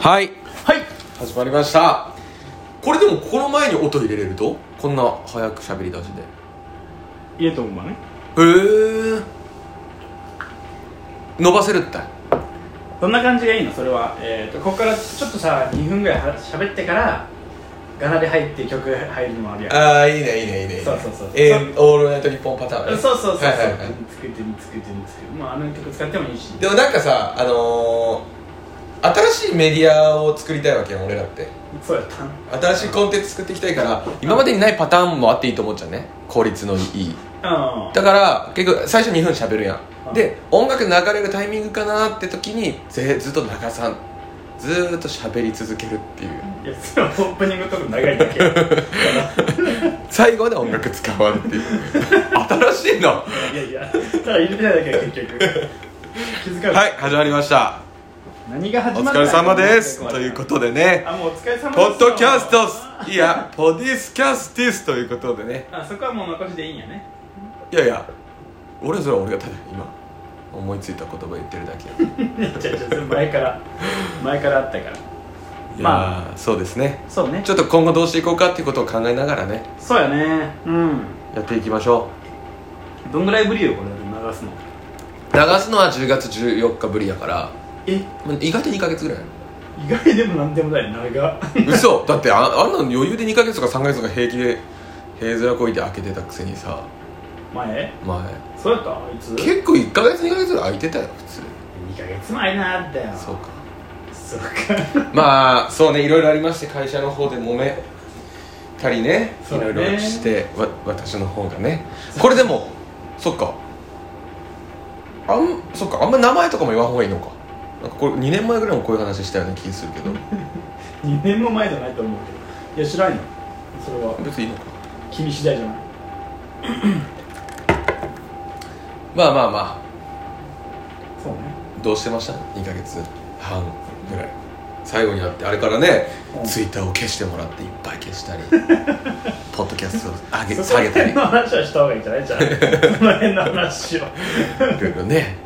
はいはい始まりましたこれでもこの前に音入れれるとこんな早く喋り出しで家と馬ねへえ伸ばせるってどんな感じがいいのそれは、えー、とここからちょっとさ2分ぐらいは喋ってからガナで入って曲入るのもあるやんああいいねいいねいいねそうそうそうえーオールナイトニッポンパターンねそうそうそうそう、はいはいはい作ってに作ってに作ってまああの曲使ってもいいしでもなんかさあのー、新しいメディアを作りたいわけよ俺らってそうやったん新しいコンテンツ作っていきたいから今までにないパターンもあっていいと思っちゃうね効率のいいあだから結局最初2分喋るやうんんで音楽流れるタイミングかなって時にぜずっと流さんずーっと喋り続けるっていういやそれはオープニングとか長いだけだ から最後まで音楽使わん っていう新しいのはいやいやただ入れてないだけや結局気づかないい始まりました何がお始まっ疲たれ様ですということでねあもうお疲れ様ですポッドキャストスいやポディスキャスティスということでねあそこはもう残しでいいんやね いやいや俺はそれは俺がただ今思いついた言葉言ってるだけやじゃじゃ前から前からあったからままあそうですねそうねちょっと今後どうしていこうかっていうことを考えながらねそうやねうんやっていきましょどんぐらいぶりよこれ流すのう流すのは10月14日ぶりやからえまあ意外と2ヶ月ぐらい意外でもなんでもない長嘘だってああんなの余裕で2ヶ月とか3ヶ月とか平気で平面こいて開けてたくせにさ 前前そうやったあいつ2結構1ヶ月2ヶ月ぐらい空いてたよ普通ヶ月前なあったよそうかそうかまあそうねいろいろありまして会社の方で揉めたりねいそうだろねいろしてわ私の方がねこれでもそっかあんそっかあんま名前とかも言わん方がいいのかなんかこれ2年前ぐらいもこういう話したような気する けど2年も前じゃないと思うけどいや知らんよそれは別にいいのか君次第じゃないまあまあまそうねあどうしてました2ヶ月半ぐらい最後に会ってあれからねうんツイッターを消してもらっていっぱい消したり ポッドキャストを上げそこ下らげた辺りの話はした方がいいんじゃ ないじゃあその辺の話をいろいろね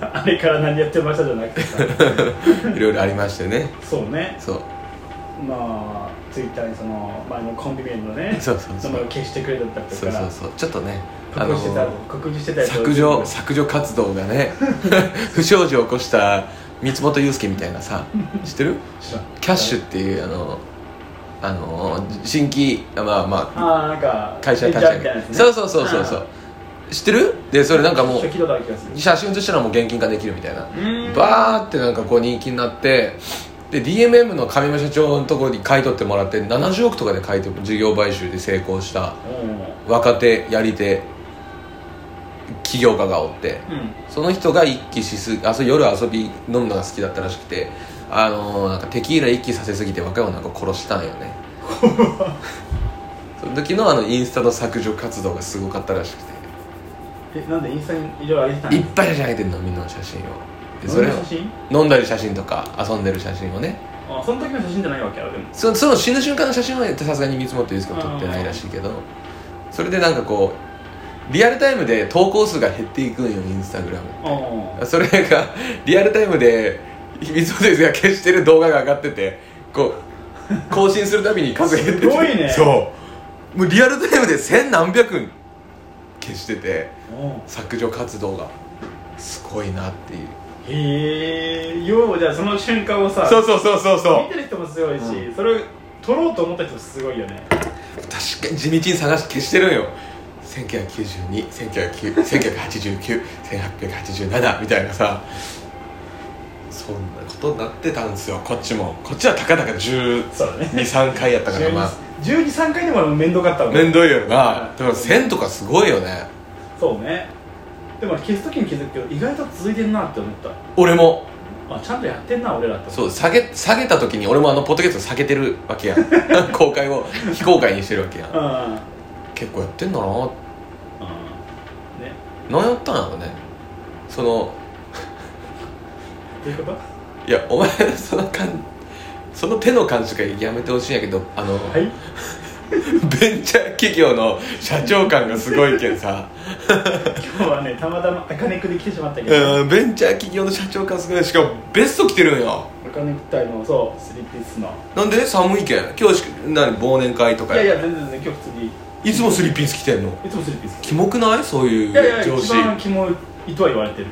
あれから何やってましたじゃなくてさ いろいろありましてねそうねそうまあツイッターにその前のコンビ名のねそうそうそう名前を消してくれたりだったりとそうかそうそうちょっとねあ告の知してた告知してたりとか削除削除活動がね 不祥事を起こした三本祐介みたいな さ知ってる知らんキャッシュっていうあのあの新規あまあまあああなんか会社立ちベン上チャーみげたいなやつねそうそうそうそうそう知ってるでそれなんかもう初期度だ気がする写真写したらもう現金化できるみたいなーんバーってなんかこう人気になってで DMM の上村社長のところに買い取ってもらって70億とかで買い取る事業買収で成功したう若手やり手起業家がおってんうんその人が一気しすあそう夜遊び飲むのが好きだったらしくてあのーなんかテキーラ一気させすぎて若い女の子殺したんよ ねその時のあのインスタの削除活動がすごかったらしくてえなんでインスタにいろいろ上げてたのいっぱい写真上げてんのみんなの写真をでそれをどんな写真飲んだり写真とか遊んでる写真をねあその時の写真じゃないわけあでもそのその死ぬ瞬間の写真はさすがに見積もってですけど撮ってないらしいけどそれでなんかこうリアルタイムで投稿数が減っていくんよインスタグラムあそれがリアルタイムで三つ星が消してる動画が上がっててこう更新するたびに数減っててすごいねそうもうリアルタイムで千何百消しててあ削除活動がすごいなっていうへえようじゃあその瞬間をさそうそうそうそうそう見てる人もすごいし、うそれを撮ろうと思った人もすごいよね確かに地道に探して消してるんよ1992198919891887みたいなさそんなことになってたんですよこっちもこっちはたかだかそうだね123回やったから まあ123回でも面倒かったもん面倒いよはないでも1000とかすごいよねそうねでも消す時に気づくけど意外と続いてんなって思った俺もあちゃんとやってんな俺らってそう下げ下げた時に俺もあのポッドキャスト下げてるわけ やん公開を非公開にしてるわけやうんんうんうん結構やってんだなね何やったんやろねそのどういうこといやお前その感その手の感じとかやめてほしいんやけどあの、はいベンチャー企業の社長感がすごいけん さ、今日はねたまたま赤ネックで来てしまったけど、うん、ベンチャー企業の社長感すごいしかもベスト着てるんや赤ネクタイのそうスリーピースのなんで寒いけん今日し何忘年会といかやいやや全然全然今日普通にいつもスリーピース着てんのいつもスリーピースキモくないそういういやいや上一司番キモいとは言われてる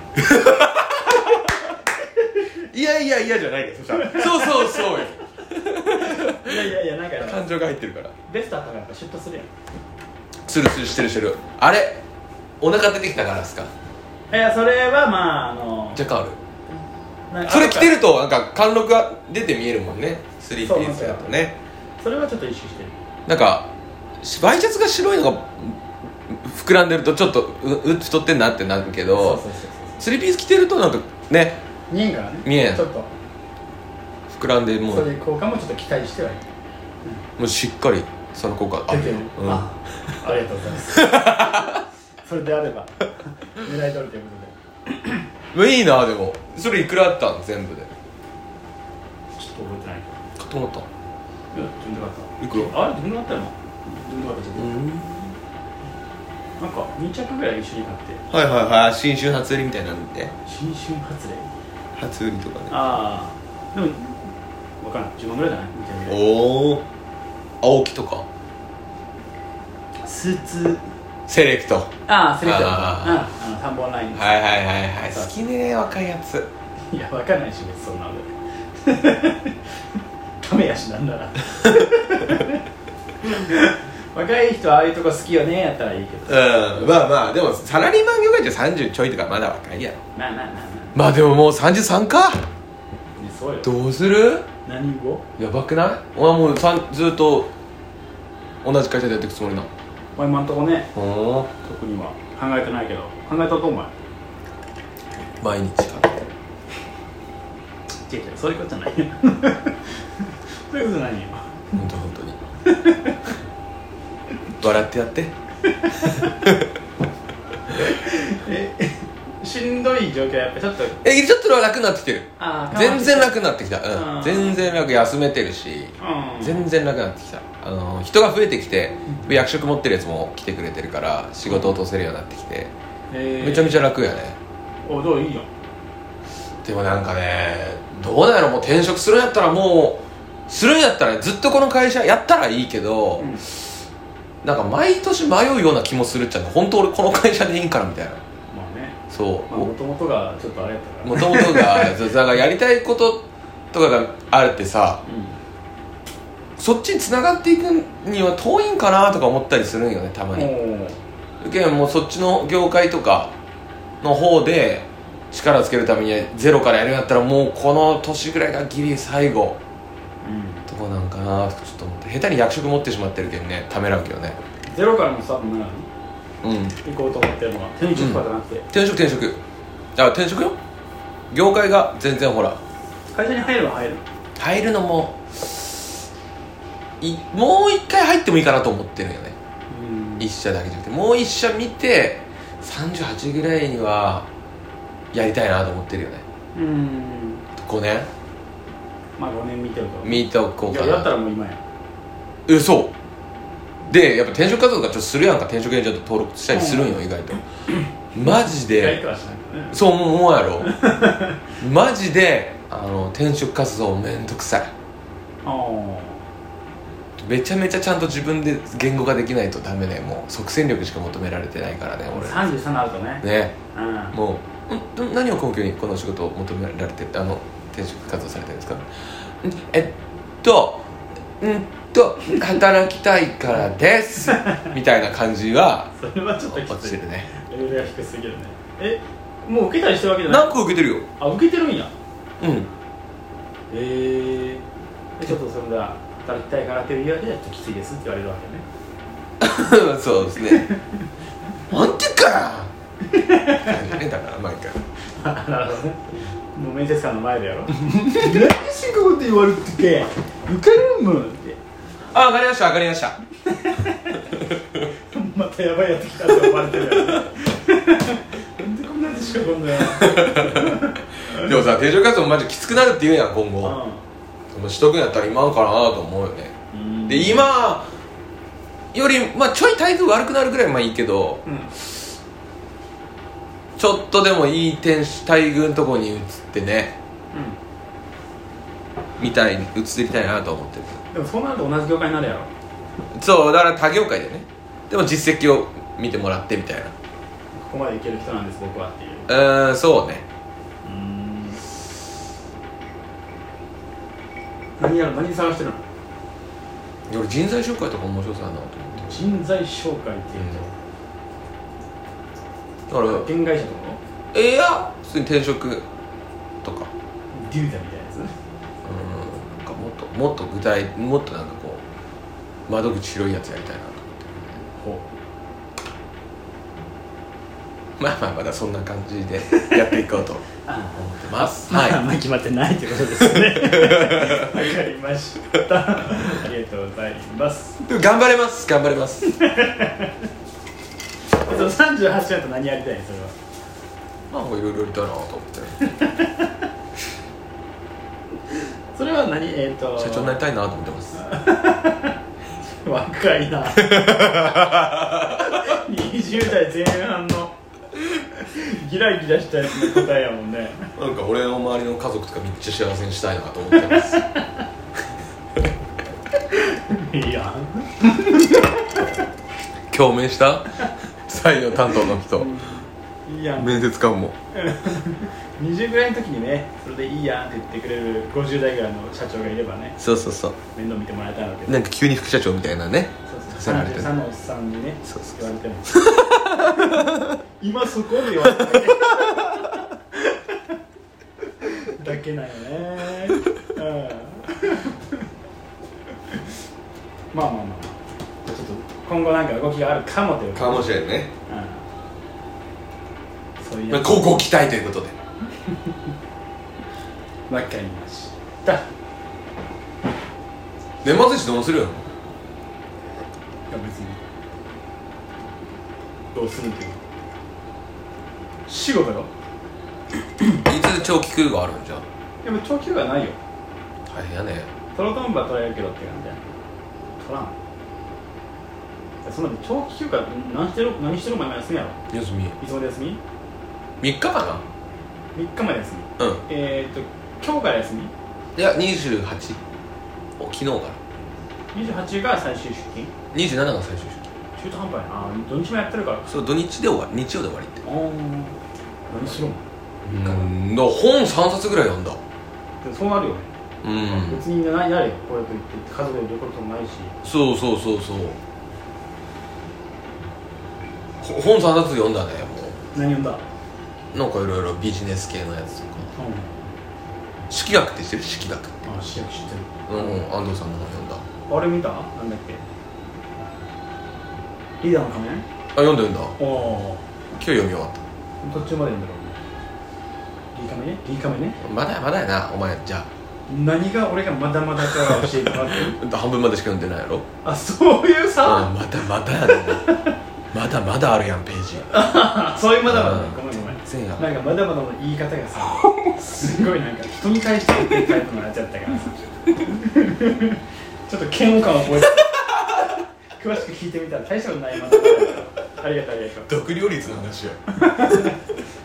いやいやいやじゃないけどそしたらそうそうそうよいやいやいやなんかやっぱ感情が入ってるからベストあったからやっぱシュッとするやんスルスルしてるしてるあれお腹出てきたからですかいやそれはまああの若干あるなんかそれ着てるとなんか貫禄が出て見えるもんねスリーピースだとねそれはちょっと意識してるなんかしワイシャツが白いのが膨らんでるとちょっとうう太ってんなってなるけそうどそうそうそうスリーピース着てるとなんかね見えんからね見えんちょっと膨らんでもそうれ効果もちょっと期待してはいるもうしっかりその効果あ出てるうんあありがとうございます それであれば狙い取るということでまあいいなでもそれいくらあったん全部でちょっと覚えてないかと思ったけどいや自分で買ったいくらあれ自分で買ったよな自分で買ったうじんゃんなんか2着ぐらい一緒には買っていはいはい新春初売りみたいなんで新春発令初売りとかねああでも分からん10万ぐらいじゃないみたいおお青木とかなスーツセレクトはああセレクトあうんあの3本ラインいのはいはいはい好きね若いやついや分かんないし別にそんなの ダメやしなんな ら若い人はああいうとこ好きよねやったらいいけどうんまあまあでもサラリーマン業界って30ちょいとかまだ若いやろまあまあまあままあでももう33かあ、ね、そうよどうする何語やばくない俺はもうさんずっと同じ会社でやっていくつもりなお前今んとこねうん特には考えてないけど考えたとお前毎日違う違うそういう ことじゃないよそういうことじゃないよ本当本当に笑ってやってえしんどい状況はやっぱちょっとえちょっと楽になってきてるあー全然楽になってきた、ううんん、全然楽休めてるしうん全然楽になってきたあの人が増えてきて役職持ってるやつも来てくれてるから仕事を通せるようになってきてえーめちゃめちゃ楽やねおどういいよでもなんかねどうなんやろもう転職するんやったらもうするんやったらずっとこの会社やったらいいけど、うんなんか毎年迷うような気もするっちゃう本当俺この会社でいいんかなみたいなまあねそまあもともとがちょっとあれやったからうもともとがそうだからやりたいこととかがあるってさそっちに繋がっていくには遠いんかなとか思ったりするんよねたまうんにもうけんもうそっちの業界とかの方で力つけるためにゼロからやるんやったらもうこの年ぐらいがギリ最後うんとかなんかなとかちょっと思って下手に役職持ってしまってるけんねためらうけどねゼロからのスタートならうん行こうと思ってるのは手に10%じゃなくて転職転職あ転職よ業界が全然ほら会社に入れば入る入るのもいもう一回入ってもいいかなと思ってるんよねうん一社だけじゃなくてもう一社見て38ぐらいにはやりたいなと思ってるよねうん5年まあ5年見てると見ておこういかやだったならもう今やえそうでやっぱ転職活動とかちょっとするやんか転職エージェント登録したりするんよ意外とマジいやいでくらしないからねそう思う思うや ろマジであの転職活動めんどくさいああめちゃめちゃちゃんと自分で言語化できないとダメねもう即戦力しか求められてないからね33になるとね俺ねうんもう、んん何を根拠にこの仕事を求められてあの転職活動されてるんですかんえっとうんと働きたいからです みたいな感じはそれはちょっとき落ちつているねレベルが低すぎるねえもう受けたりしてるわけじゃない何個受けてるよあ受けてるんやうん へえちょっとそれだ働きたいからっていうわけじゃちょっときついですって言われるわけねそうですね なんていうかねだから毎回あ なるほどねもう面接官の前でやろ何仕事言われてけ受けるもんってあ分かりました分かりましたまたやばいやつ来たって思われてるやろなんでこんなやつしか来んだよ でもさ定常活動もマジきつくなるって言うやん今後うでもしとくんやったら今のかなと思うよねんで今より、まあ、ちょい台風悪くなるぐらいまあいいけどうんちょっとでもいい天使待遇のとこに移ってねみたいに移っていきたいなと思ってるうんでもそうなると同じ業界になるやろそうだから他業界でねでも実績を見てもらってみたいここまでいける人なんです僕はっていうなうーんそうねうん何やろ何探してるの俺人材紹介とか面白そうだなと思って人材紹介っていうだからと現会社とかのえいや普通に転職とかデューダみたいなやつうんなんかもっともっと具体もっとなんかこう窓口広いやつやりたいなと思 ってほまあまあまだそんな感じで やっていこうと思って ますはいまあ決まってないということですねわかりましたありがとうございますでも頑張れます頑張れますえっと38だと何やりたいのそれはなんかいろいろやりたいなと思ってそれは何えっ、と社長になりたいなと思ってます若いな20代前半のギラギラしたやつの答えやもんねなんか俺の周りの家族とかめっちゃ幸せにしたいなと思ってますいいやん 共鳴した採用担当の人いいやん面接官も20ぐらいの時にねそれでいいやんって言ってくれる50代ぐらいの社長がいればねそうそうそ面倒見てもらえたんだけうど、なんか急に副社長みたいなねそうそう刺されてる33のおっさんにねそうそう言われても今そこで言われてもねだけなよねうんまあまあまあまあちょっと今後なんか動きがあるかもというかもしれんねうんそういうやつ高校期待ということでわかりましたい年末年始どうするよや別にどうするっていう仕事よいつ長期休暇あるんじゃんでも長期がないよ大変やねトロトンバ取れるけどって感じや取らんそんなの長期休暇何してる何してるお前も休みやろ休みいつまで休み3日か ?3 日まで休みなうんえー、っと今日から休みいや28お昨日から28が最終出勤27が最終週中途半端やな土日もやってるからそう土日で終わり日曜で終わりってあん何しろもうんだから本3冊ぐらい読んだでもそうなるよね、うん別にななるよこれと言って家族で旅行ともないしそうそうそうそうほ本3冊読んだねも何読んだうんうなんかいろいろビジネス系のやつとか式学って知ってる式学ってあ市役知ってうん、うん、安藤さんの本読んだあるあれ見たなんだっけリーダーの仮面読んだ読んだおお今日読み終わった途中までいいんだろうリカメねリカメねまだやまだやなお前じゃ何が俺がまだまだから教えてもらってるあ半分までしか読んでないやろ あそういうあさ、まだまだやねまだまだあるやんページそういうまだまだねうんごめんごめん全然やなんかまだまだの言い方がさすごいなんか人に対して言ってるタイプになっちゃったからさ ちょっと嫌悪感を覚えて 詳しく聞いてみたら大したことないまだまだだからありがとうありがとう独立の話や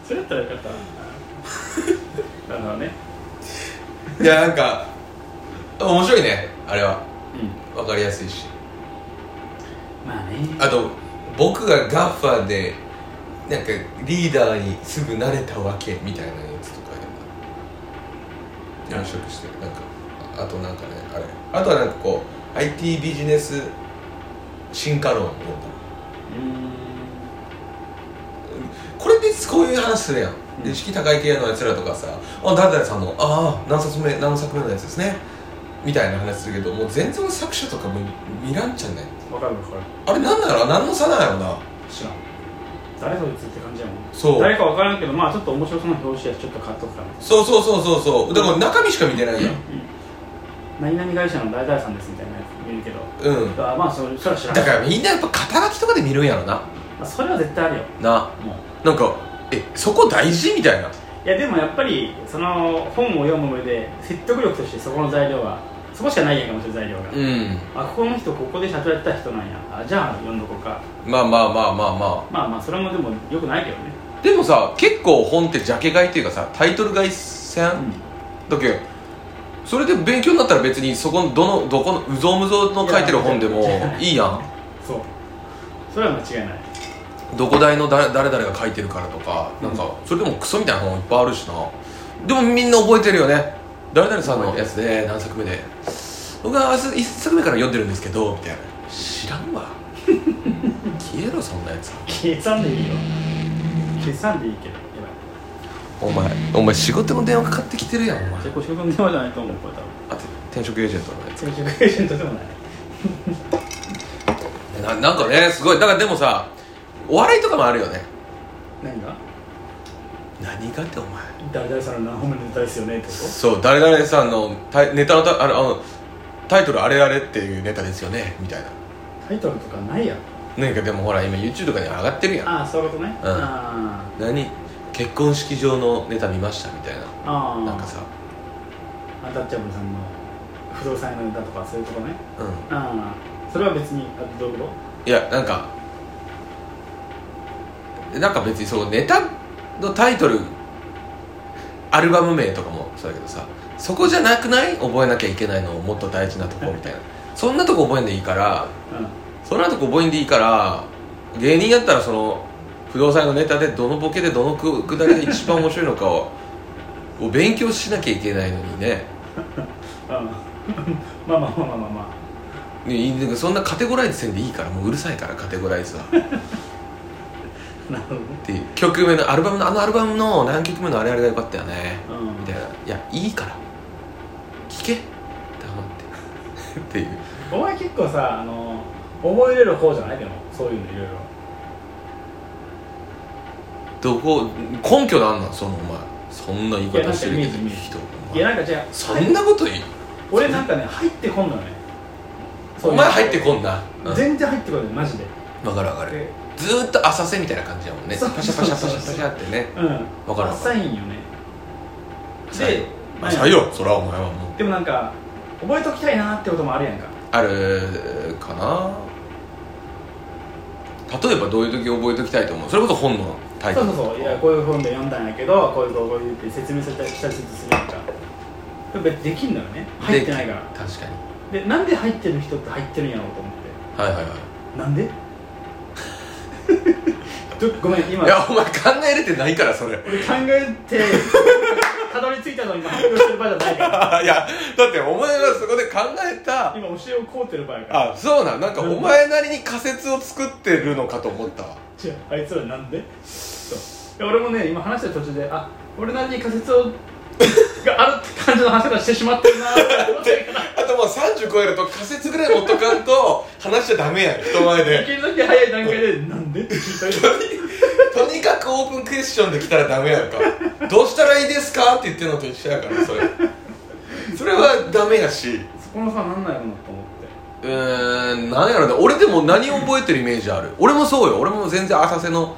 それやったらよ かったななるほどねいやなんか面白いねあれはうん分かりやすいしまあねあと僕がガッファでなんかリーダーにすぐ慣れたわけみたいなやつとかやっぱ色してなんかああとなんかねあれあとはなんかこう IT ビジネス進化論を読んだうんこれでこういう話するやんうん意識高い系のやつらとかさ「あ誰々さんのああ何冊目何作目のやつですね」みたいな話するけどもう全然作者とかも見らんちゃうねわかるわかるあれなんだろう何の差なんやろな知らん誰そいつって感じやもんそう誰かわからんけどまあちょっと面白そうな表紙やしちょっと買っとくからそうそうそうそうそうだから中身しか見てないやん何々会社の誰々さんですみたいなやつ見るけどうんあまあそれそれは知らんだからみんなやっぱ肩書きとかで見るんやろなまあ、それは絶対あるよなもうなんかえそこ大事みたいないやでもやっぱりその本を読む上で説得力としてそこの材料はそこしかないやんかもしれない材料が、うんあここの人ここで社長やってた人なんやあじゃあ読んどこうかまあまあまあまあままあまあそれもでもよくないけどねあでもさ結構本ってジャケ買いっていうかさタイトル買いせん、だけどそれで勉強になったら別にそこのどのどこのうぞうむぞうの書いてる本でもいいやんそうそれは間違いないどこ大のだ誰々が書いてるからとかなんかそれでもクソみたいな本いっぱいあるしなでもみんな覚えてるよね誰々さんのやつで何作目で僕は1作目から読んでるんですけどみたいな知らん わ消えろそんなやつ計算でいいよ計算でいいけどやばいお前お前仕事の電話かかってきてるやんお前じゃあこれ仕事の電話じゃないと思うこれ多分あて転職エージェントのやつ転職エージェントでもないななんかねすごいだからでもさお笑いとかもあるよね何が何がってお前誰々さんの何本目のネタですよねってこそう誰々さんのタイネタのたあのあのタイトル「あれあれ」っていうネタですよねみたいなとタイトルとかないやろなんかでもほら今 YouTube とかに上がってるやんああそういうことね、うんあ何結婚式場のネタ見ましたみたいーあななーんかさアンタッチャブルさんの不動産屋の歌とかそういうとこねうんああそれは別にあどういうこいやなんかなんか別にそのネタのタイトルアルバム名とかもそうだけどさそこじゃなくない覚えなきゃいけないのもっと大事なとこみたいなそんなとこ覚えんでいいからとうんその後こうボインでいいから芸人やったらその不動産のネタでどのボケでどのくくだりが一番面白いのかをを勉強しなきゃいけないのにねああ まあまあまあまあまあまねいいなんかそんなカテゴライズせんでいいからもううるさいからカテゴライズはあなるほどねっていう曲目のアルバムのあのアルバムの何曲目のあれあれが良かったよねうんみたいないやいいから聞け黙ってっていうお前結構さあの覚えれる方じゃないでもそういうのいろいろどこ根拠なんなんそのお前そんな言いいや方なんしかてイるメけージどイメー人おジいや前なんかじゃあそんなこと言う俺なんかね入ってこんのよねお前入ってこんんな、うん全然入ってこないマジでわかるわかるでずーっと浅瀬みたいな感じだもんねそうパシャパシャパシャパシャってねうんわかるわか浅いんよね浅いでまあ浅いよそらお前はもうでもなんか覚えときたいなってこともあるやんかあるかな例えばどういう時覚えときたいと思うそれこそ本のタイトそうルそうそういやこういう本で読んだんやけどこういうこうこういうって説明されたりしたりするやんかでも別にできんのよね入ってないから確かにでなんで入ってる人って入ってるんやろうと思ってはいはいはいなんで ちょごめん今いやお前考えれてないからそれ い俺考えてたどり着いたのに今発表してる場合じゃないからやだってお前はそこで考えた今教えをこうてる場合やからあそうなんなんかお前なりに仮説を作ってるのかと思ったわ違うあいつらなんでそういや俺もね今話してる途中であ俺なりに仮説を があるって感じの話をしてしまってるなって思ってるからあともう30超えると仮説ぐらい持っとかんと話しちゃダメやん人前でできるだけ早い段階でなんでって聞いたりとかとにかくオープンクエスチョンで来たらダメやんかどうしたらいいですかって言ってるのと一緒やからそれそれはダメやしそこのさなんなんやろうなと思うってーん何やろね俺でも何を覚えてるイメージある俺もそうよ俺も全然浅瀬の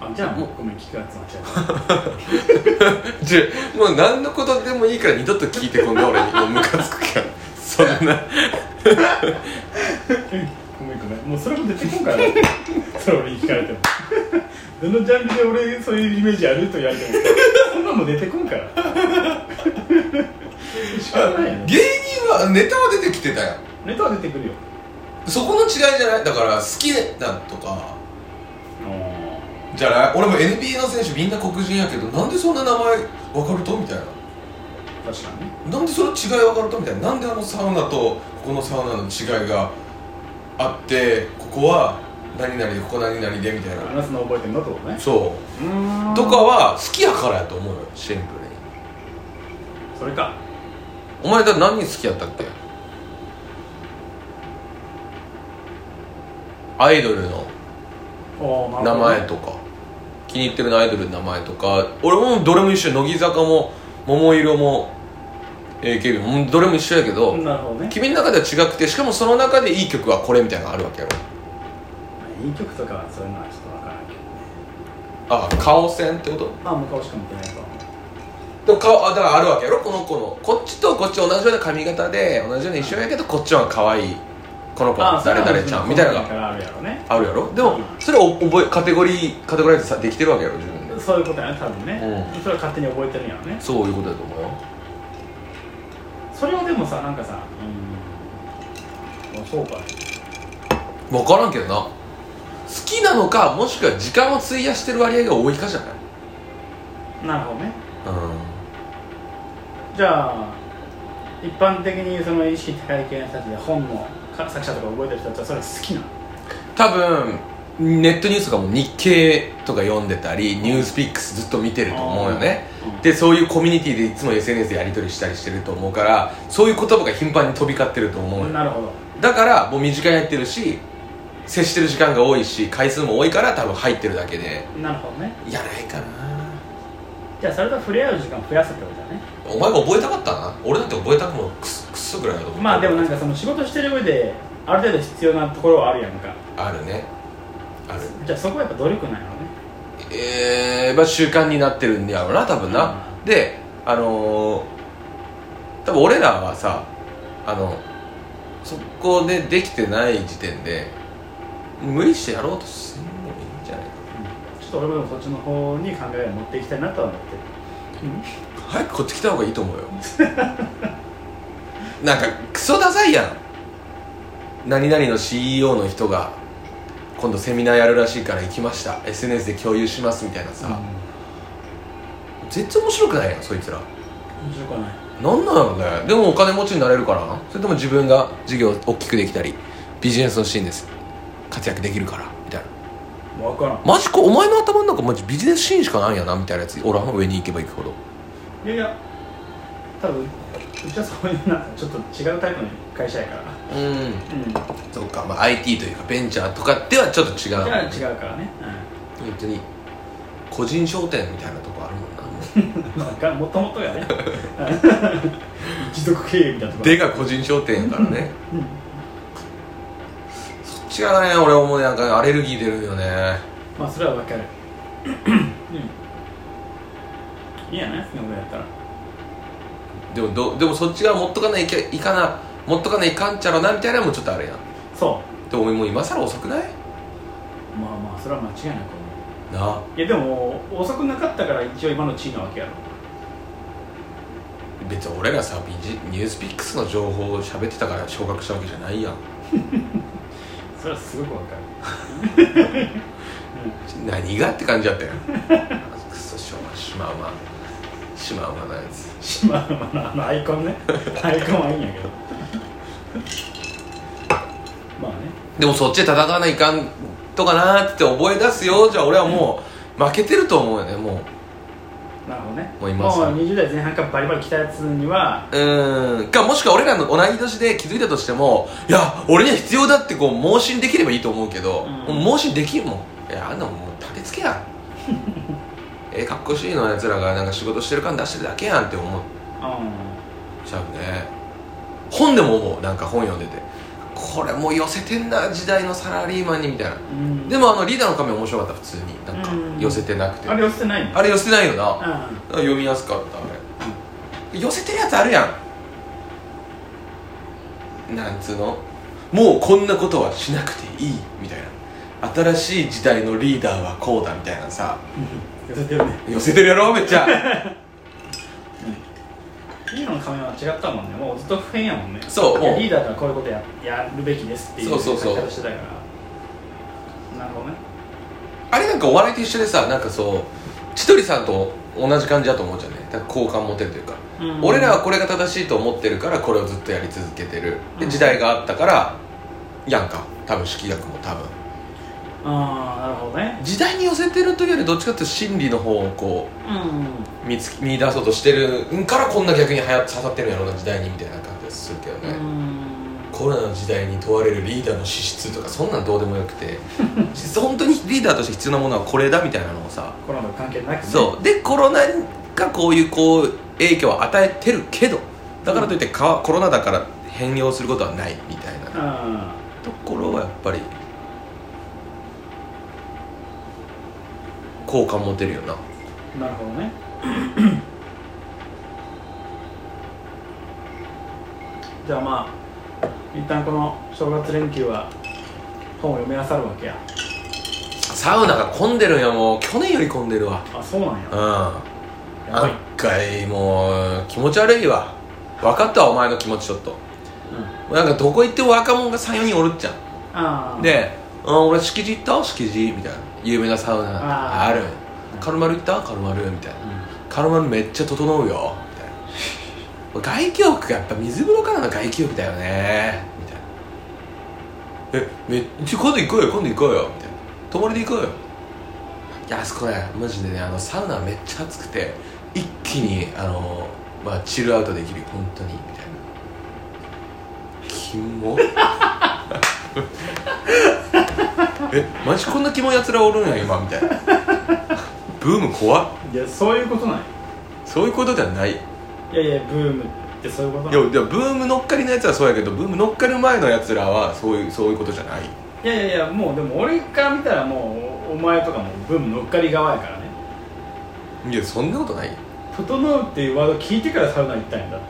あじゃあもうごめん聞くやつ間違えじゃもう何のことでもいいから二度と聞いてこん な俺にもうムカつくからそんなたごめんごめんもうそれも出てこんからなそれ俺に聞かれてもどのジャンルで俺そういうイメージあると言われてもそんなもん出てこんから仕方ないよね芸人はネタは出てきてたやんネタは出てくるよそこの違いじゃないだから好きだとかじゃない俺も NBA の選手みんな黒人やけどなんでそんな名前分かるとみたいな確かになんでその違い分かるとみたいななんであのサウナとここのサウナの違いがあってここは何々でここ何々でみたいな話すの覚えてんのってことねそううーんとかは好きやからやと思うよシンプルにそれかお前だ何好きやったっけアイドルのおー名前とか気に入ってるアイドルの名前とか俺もどれも一緒乃木坂も桃色も AKB もどれも一緒やけど、なるほどね君の中では違くてしかもその中でいい曲はこれみたいなのがあるわけやろいい曲とかはそういうのはちょっとわからんけどあね顔線ってことあもう顔しか見てないとでも顔あだからあるわけやろこの子のこっちとこっち同じような髪型で同じような一緒やけどこっちは可愛いこの子あは誰々ちゃんみたいなのだかがらあるやろねあるやろでもそれを覚えカテゴリーカテゴライズさできてるわけやろ自分でそういうことやね多分ね、うそれは勝手に覚えてるんやろねそういうことだと思うよそれはでもさなんかさうんあそうか分からんけどな好きなのかもしくは時間を費やしてる割合が多いかじゃないなるほどねうじゃあ一般的にその意識高い系の人たちで本のか作者とか覚えてる人たちはそれ好きなのん多分ネットニュースとかも日経とか読んでたりニュースピックスずっと見てると思うよねうんでそういうコミュニティでいつも SNS でやり取りしたりしてると思うからそういう言葉が頻繁に飛び交ってると思うよなるほどだからもう短いやってるし接してる時間が多いし回数も多いから多分入ってるだけでなるほどねやないかなじゃあそれと触れ合う時間を増やすってことだねお前が覚えたかったな俺だって覚えたくもくすくすぐらいだと思うまあでもなんかその仕事してる上である程度必要なところはあるやんかあるねあるじゃあそこはやっぱ努力なんやろねえーまあ、習慣になってるんやろうな多分な、であのー多分俺らはさあのそこでできてない時点で無理してやろうとすんでもいいんじゃないかちょっと俺もでもそっちの方に考えを持っていきたいなとは思ってる早くこっち来た方がいいと思うよなんかクソダサいやん何々の CEO の人が今度セミナーやるらしいから行きました SNS で共有しますみたいなさ、絶対面白くないやんそいつら面白くはないなんなんやろねでもお金持ちになれるからなそれとも自分が事業を大きくできたりビジネスのシーンです活躍できるからみたいな分からんマジかお前の頭の中マジビジネスシーンしかないんやなみたいなやつ俺は上に行けば行くほどいやいや多分うちはそういうなんかちょっと違うタイプの会社やからうんうんじそうか、まあ、IT というかベンチャーとかではちょっと違うゃあ違うからね、本当に個人商店みたいなとこあるもんなうん、まあがもともとが ね持続経営みたいなとこでが個人商店やからねうんそっちがね俺もうなんかアレルギー出るよねまあそれは分 かるうんいいやねそんなことやったらでもどでもそっちが持っとかないきゃいかな持っとかないかんちゃろなみたいなのもちょっとあれやんそでももう今更遅くないうまあまあそれは間違いないと思なういやでも遅くなかったから一応今の地位なわけやろ別に俺らさビジニュースピックスの情報を喋ってたから昇格したわけじゃないやんそれはすごく分かる何がって感じだったよくそしょうがしまうましまうまなやつ島まああのアイコンねアイコンはいいんやけどまあねでもそっちで戦わないかんとかなーって覚え出すよじゃあ俺はもう負けてると思うよねもなるほどねもう今更もう20代前半からバリバリ来たやつにはううーんかもしくは俺らの同い年で気づいたとしてもいや俺には必要だってこう盲信できればいいと思うけど、うんもう盲信できんもんいやあんなもんもう立てつけやん えー、かっこしいのやつらがなんか仕事してる感出してるだけやんって思っう、ちゃうね本でも思うなんか本読んでてこれもう寄せてんな時代のサラリーマンにみたいなんうん、でもあのリーダーの紙面白かった普通になんかうん寄せてなくてあれ寄せてないのあれ寄せてないよな、だかうんら読みやすかったあれ、寄せてるやつあるやんなんつうのもうこんなことはしなくていいみたいな新しい時代のリーダーはこうだみたいなさ寄せてるね寄せてるやろめっち ゃリーダーの仮面は違ったもんねもうずっと不変やもんねそうもうリーダーがこういうことややるべきですっていうそうそうそう書き方してたからなるほどねあれなんかお笑いと一緒でさなんかそう千鳥さんと同じ感じだと思うじゃんねだから好感持てるというか、うん俺らはこれが正しいと思ってるからこれをずっとやり続けてるで時代があったからやんか多分式役も多分ああなるほどね時代に寄せてるというよりどっちかっていうと真理の方をこうう見つ見出そうとしてるからこんな逆に流行刺さってるんやろうな時代にみたいな感じがするけどんね、うんコロナの時代に問われるリーダーの資質とかそんなんどうでもよくて実は本当にリーダーとして必要なものはこれだみたいなのをさコロナと関係なく、ね、そうでコロナがこういうこう影響を与えてるけどだからといってかコロナだから変容することはないみたいなうんところはやっぱり好感持てるよな なるほどねじゃあまあ一旦この正月連休は本を読み漁るわけやサウナが混んでるんやもう去年より混んでるわあそうなんやうんやばい、案外もう気持ち悪いわ分かったわお前の気持ちちょっとうん、なんかどこ行っても若者が34人おるっちゃんああで「うん俺敷地行った敷地」みたいな有名なサウナあーあるカルマル行ったカルマルみたいなカルマルめっちゃ整うよみたいな外気浴がやっぱ水風呂からの外気浴だよねみたいなえめちょ今度行こうよ今度行こうよみたいな泊まりで行こうよいやあそこねマジでねあのサウナめっちゃ暑くて一気にあのまあチルアウトできる本当にみたいなキモ えマジこんなキモいやつらおるんや今みたいなブーム怖っいやそういうことないそういうことではないいいやいやブームってそういうことやないでもブーム乗っかりのやつはそうやけどブーム乗っかる前のやつらはそういうそういうことじゃないいやいやいやもうでも俺から見たらもうお前とかもブーム乗っかり側やからねいやそんなことない「整う」っていうワード聞いてからサウナ行ったんや だって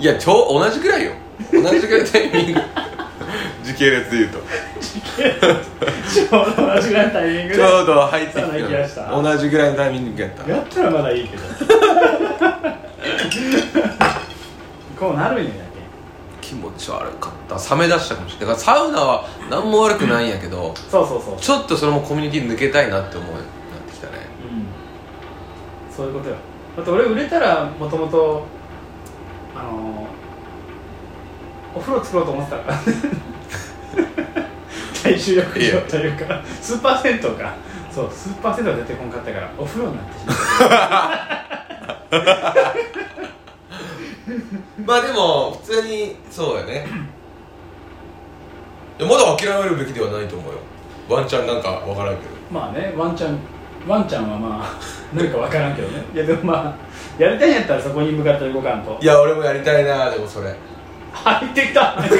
いや超同じくらいよ同じくらいのタイミング 時系列で言うとちょうど同じぐらいのタイミングちでょうど入ってきそうな気がしたた同じぐらいのタイミングやったやったらまだいいけどこうなるんやだけ気持ち悪かった冷め出したかもしれないだからサウナは何も悪くないんやけどそうそうそう、ちょっとそれもコミュニティ抜けたいなって思うようになってきたねうん、そういうことよだって俺売れたらもともとあのーお風呂作ろうと思って たから大衆浴場というかスーパー銭湯かそうスーパー銭湯は出てこんかったからお風呂になってしまっまあでも普通にそうや ねいやまだ諦めるべきではないと思うよワンチャンなんかわからんけどたまあねワンちゃんワンちゃんはまあなんか分からんけどねいやでもまあやりたいんやったらそこに向かって動かんといや俺もやりたいなでもそれ入ってきた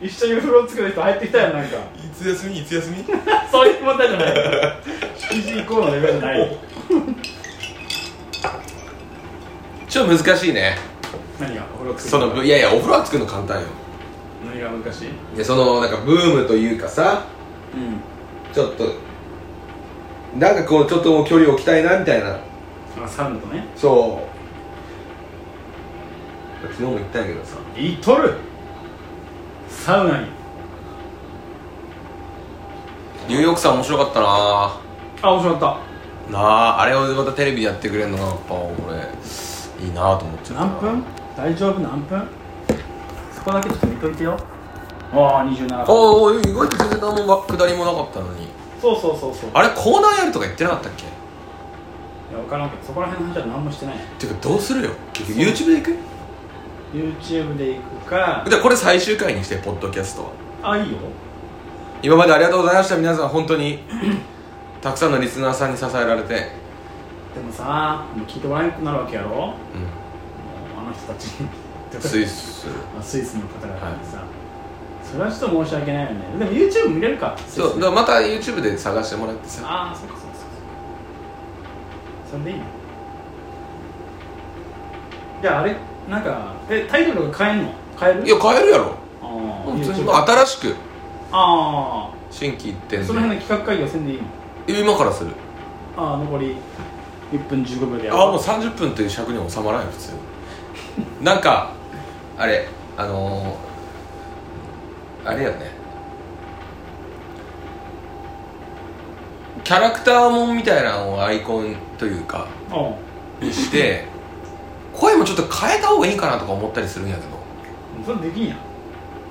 一緒に風呂作る人入ってきたよなんいかつ休みいつ休み そういう問題じゃない敷地行こうのレベルじゃないよちょっと難しいね何がお風呂そ作るのいやいやお風呂は作るの簡単よ何が難しいでそのなんかブームというかさうんちょっとなんかこうちょっと距離を置きたいなみたいなあサウナとねそう昨日も言ったんやけどさいっとるサウナにニューヨークさん面白かったなああ面白かなああれをまたテレビでやってくれるのがやっぱ俺いいなと思っちゃったった何分大丈夫何分そこだけちょっと見といてよああ27分おいおい意外と全然何も下りもなかったのにそうそうそうそうあれコーナーやるとか言ってなかったっけいや分からんけどそこら辺の話は何もしてないていうかどうするよ結局 YouTube で行 YouTube で行くかくじゃあこれ最終回にしてポッドキャストはあいいよ今までありがとうございました皆さん本当 にたくさんのリスナーさんに支えられて、でもさもう聞いてもらえなくなるわけやろもううあの人たちん、スイス まあスイスの方々にさ、それはちょっと申し訳ないよねでも YouTube 見れるかスイスそうだでからまた YouTube で探してもらってさああそうかそうかそうかそれでいいのじゃああれなんかえタイトルが変えんの変えるいや変えるやろあー普通に YouTube まあ新しくあ新規一ー点その辺での企画会議はせんでいいの今からするああ残り1分15秒でやあもうう30分という尺に収まらない普通なんかあれあのー、あれやねキャラクターもんみたいなのをアイコンというかおにして声もちょっと変えた方がいいかなとか思ったりするんやけどそれできんやん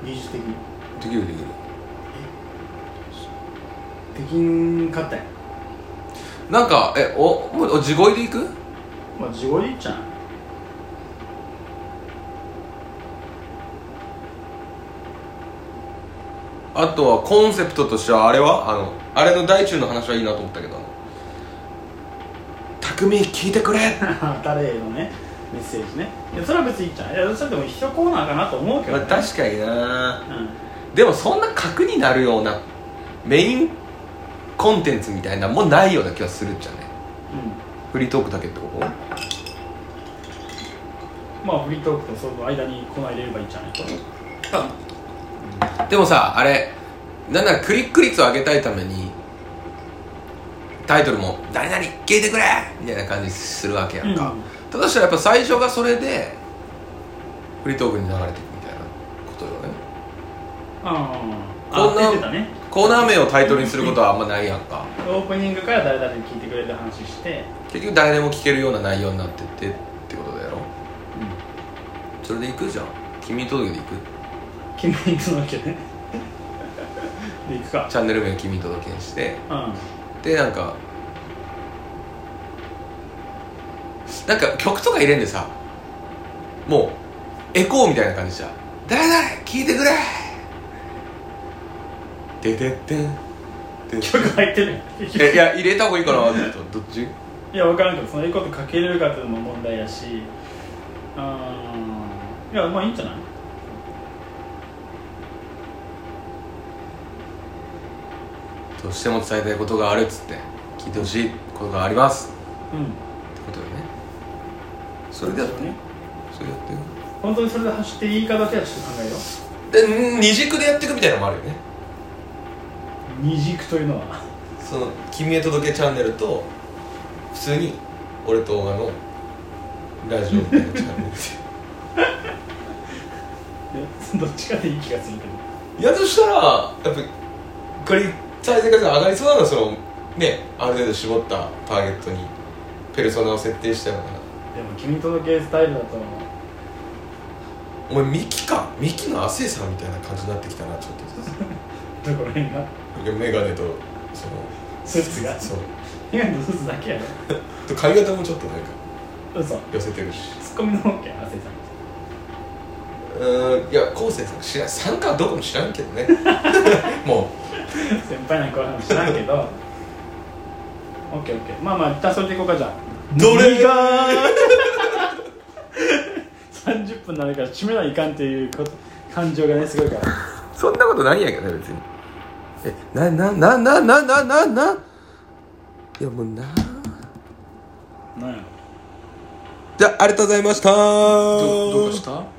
技術的にできるできるできんかったやんなんかえおもうお地声でいくまあ地声でいっちゃないあとはコンセプトとしてはあれはあのあれの大中の話はいいなと思ったけどあの「匠聞いてくれ!」 誰へのねメッセージねいやそれは別にいいじゃんいやそれでも一コーナーかなと思うけど、まあね、確かになうんでもそんな核になるようなメインコンテンツみたいなもんないような気はするっちゃねフリートークだけってことまあフリートークとその間に粉入れればいいんじゃないとでもさあれなんならクリック率を上げたいためにタイトルも「誰々聞いてくれ!」みたいな感じするわけやんか、ただしたらやっぱ最初がそれでフリートークに流れていくみたいなことよねあーこんなあ出てたねコーナー名をタイトルにすることはあんまないやんかオープニングから誰々に聞いてくれる話して、結局誰でも聞けるような内容になってってってことだよそれでいくじゃん君に届けでいく君に届けね でいくかチャンネル名君に届けにしてうんでなんかなんか曲とか入れんでさもうエコーみたいな感じじゃん「誰々聞いてくれ!」「ててってん」てて曲入ってないえいや入れた方がいいかなってどっちいや分からんけどそのエコーとかけれるかというのも問題やしうんいやまあいいんじゃないどうしても伝えたいことがあるっつって聞いてほしいことがありますうんってことよねそれでやってねそれやって本当にそれで走っていいかだけはちょっと考えようで二軸でやっていくみたいなのもあるよね二軸というのはその「君へ届けチャンネル」と普通に俺と大賀のラジオみたいなチャンネでどっちかでいい気がするけど ルやとしたらやっぱりこれ再生回数上がりそうなのはそのねある程度絞ったターゲットにペルソナを設定したようなでも君届けスタイルだとお前ミキかミキの亜生さんみたいな感じになってきたなちょっとず つどこら辺がいやメガネとそのスーツがそう意外とスーツだけやろと髪型もちょっとなんか嘘寄せてるしツッコミの方け亜生さんうーんいや昴生さん知らん参加はどこも知らんけど ねも先輩なんかは知らんけどオッケーオッケーまあまあ一旦それでいこうかじゃあどれが30分になるから締めないかんっていうこと感情がねすごいからうそんなことないんやけどね別にえなななななななないやもうななんやじゃあありがとうございましたどどうかした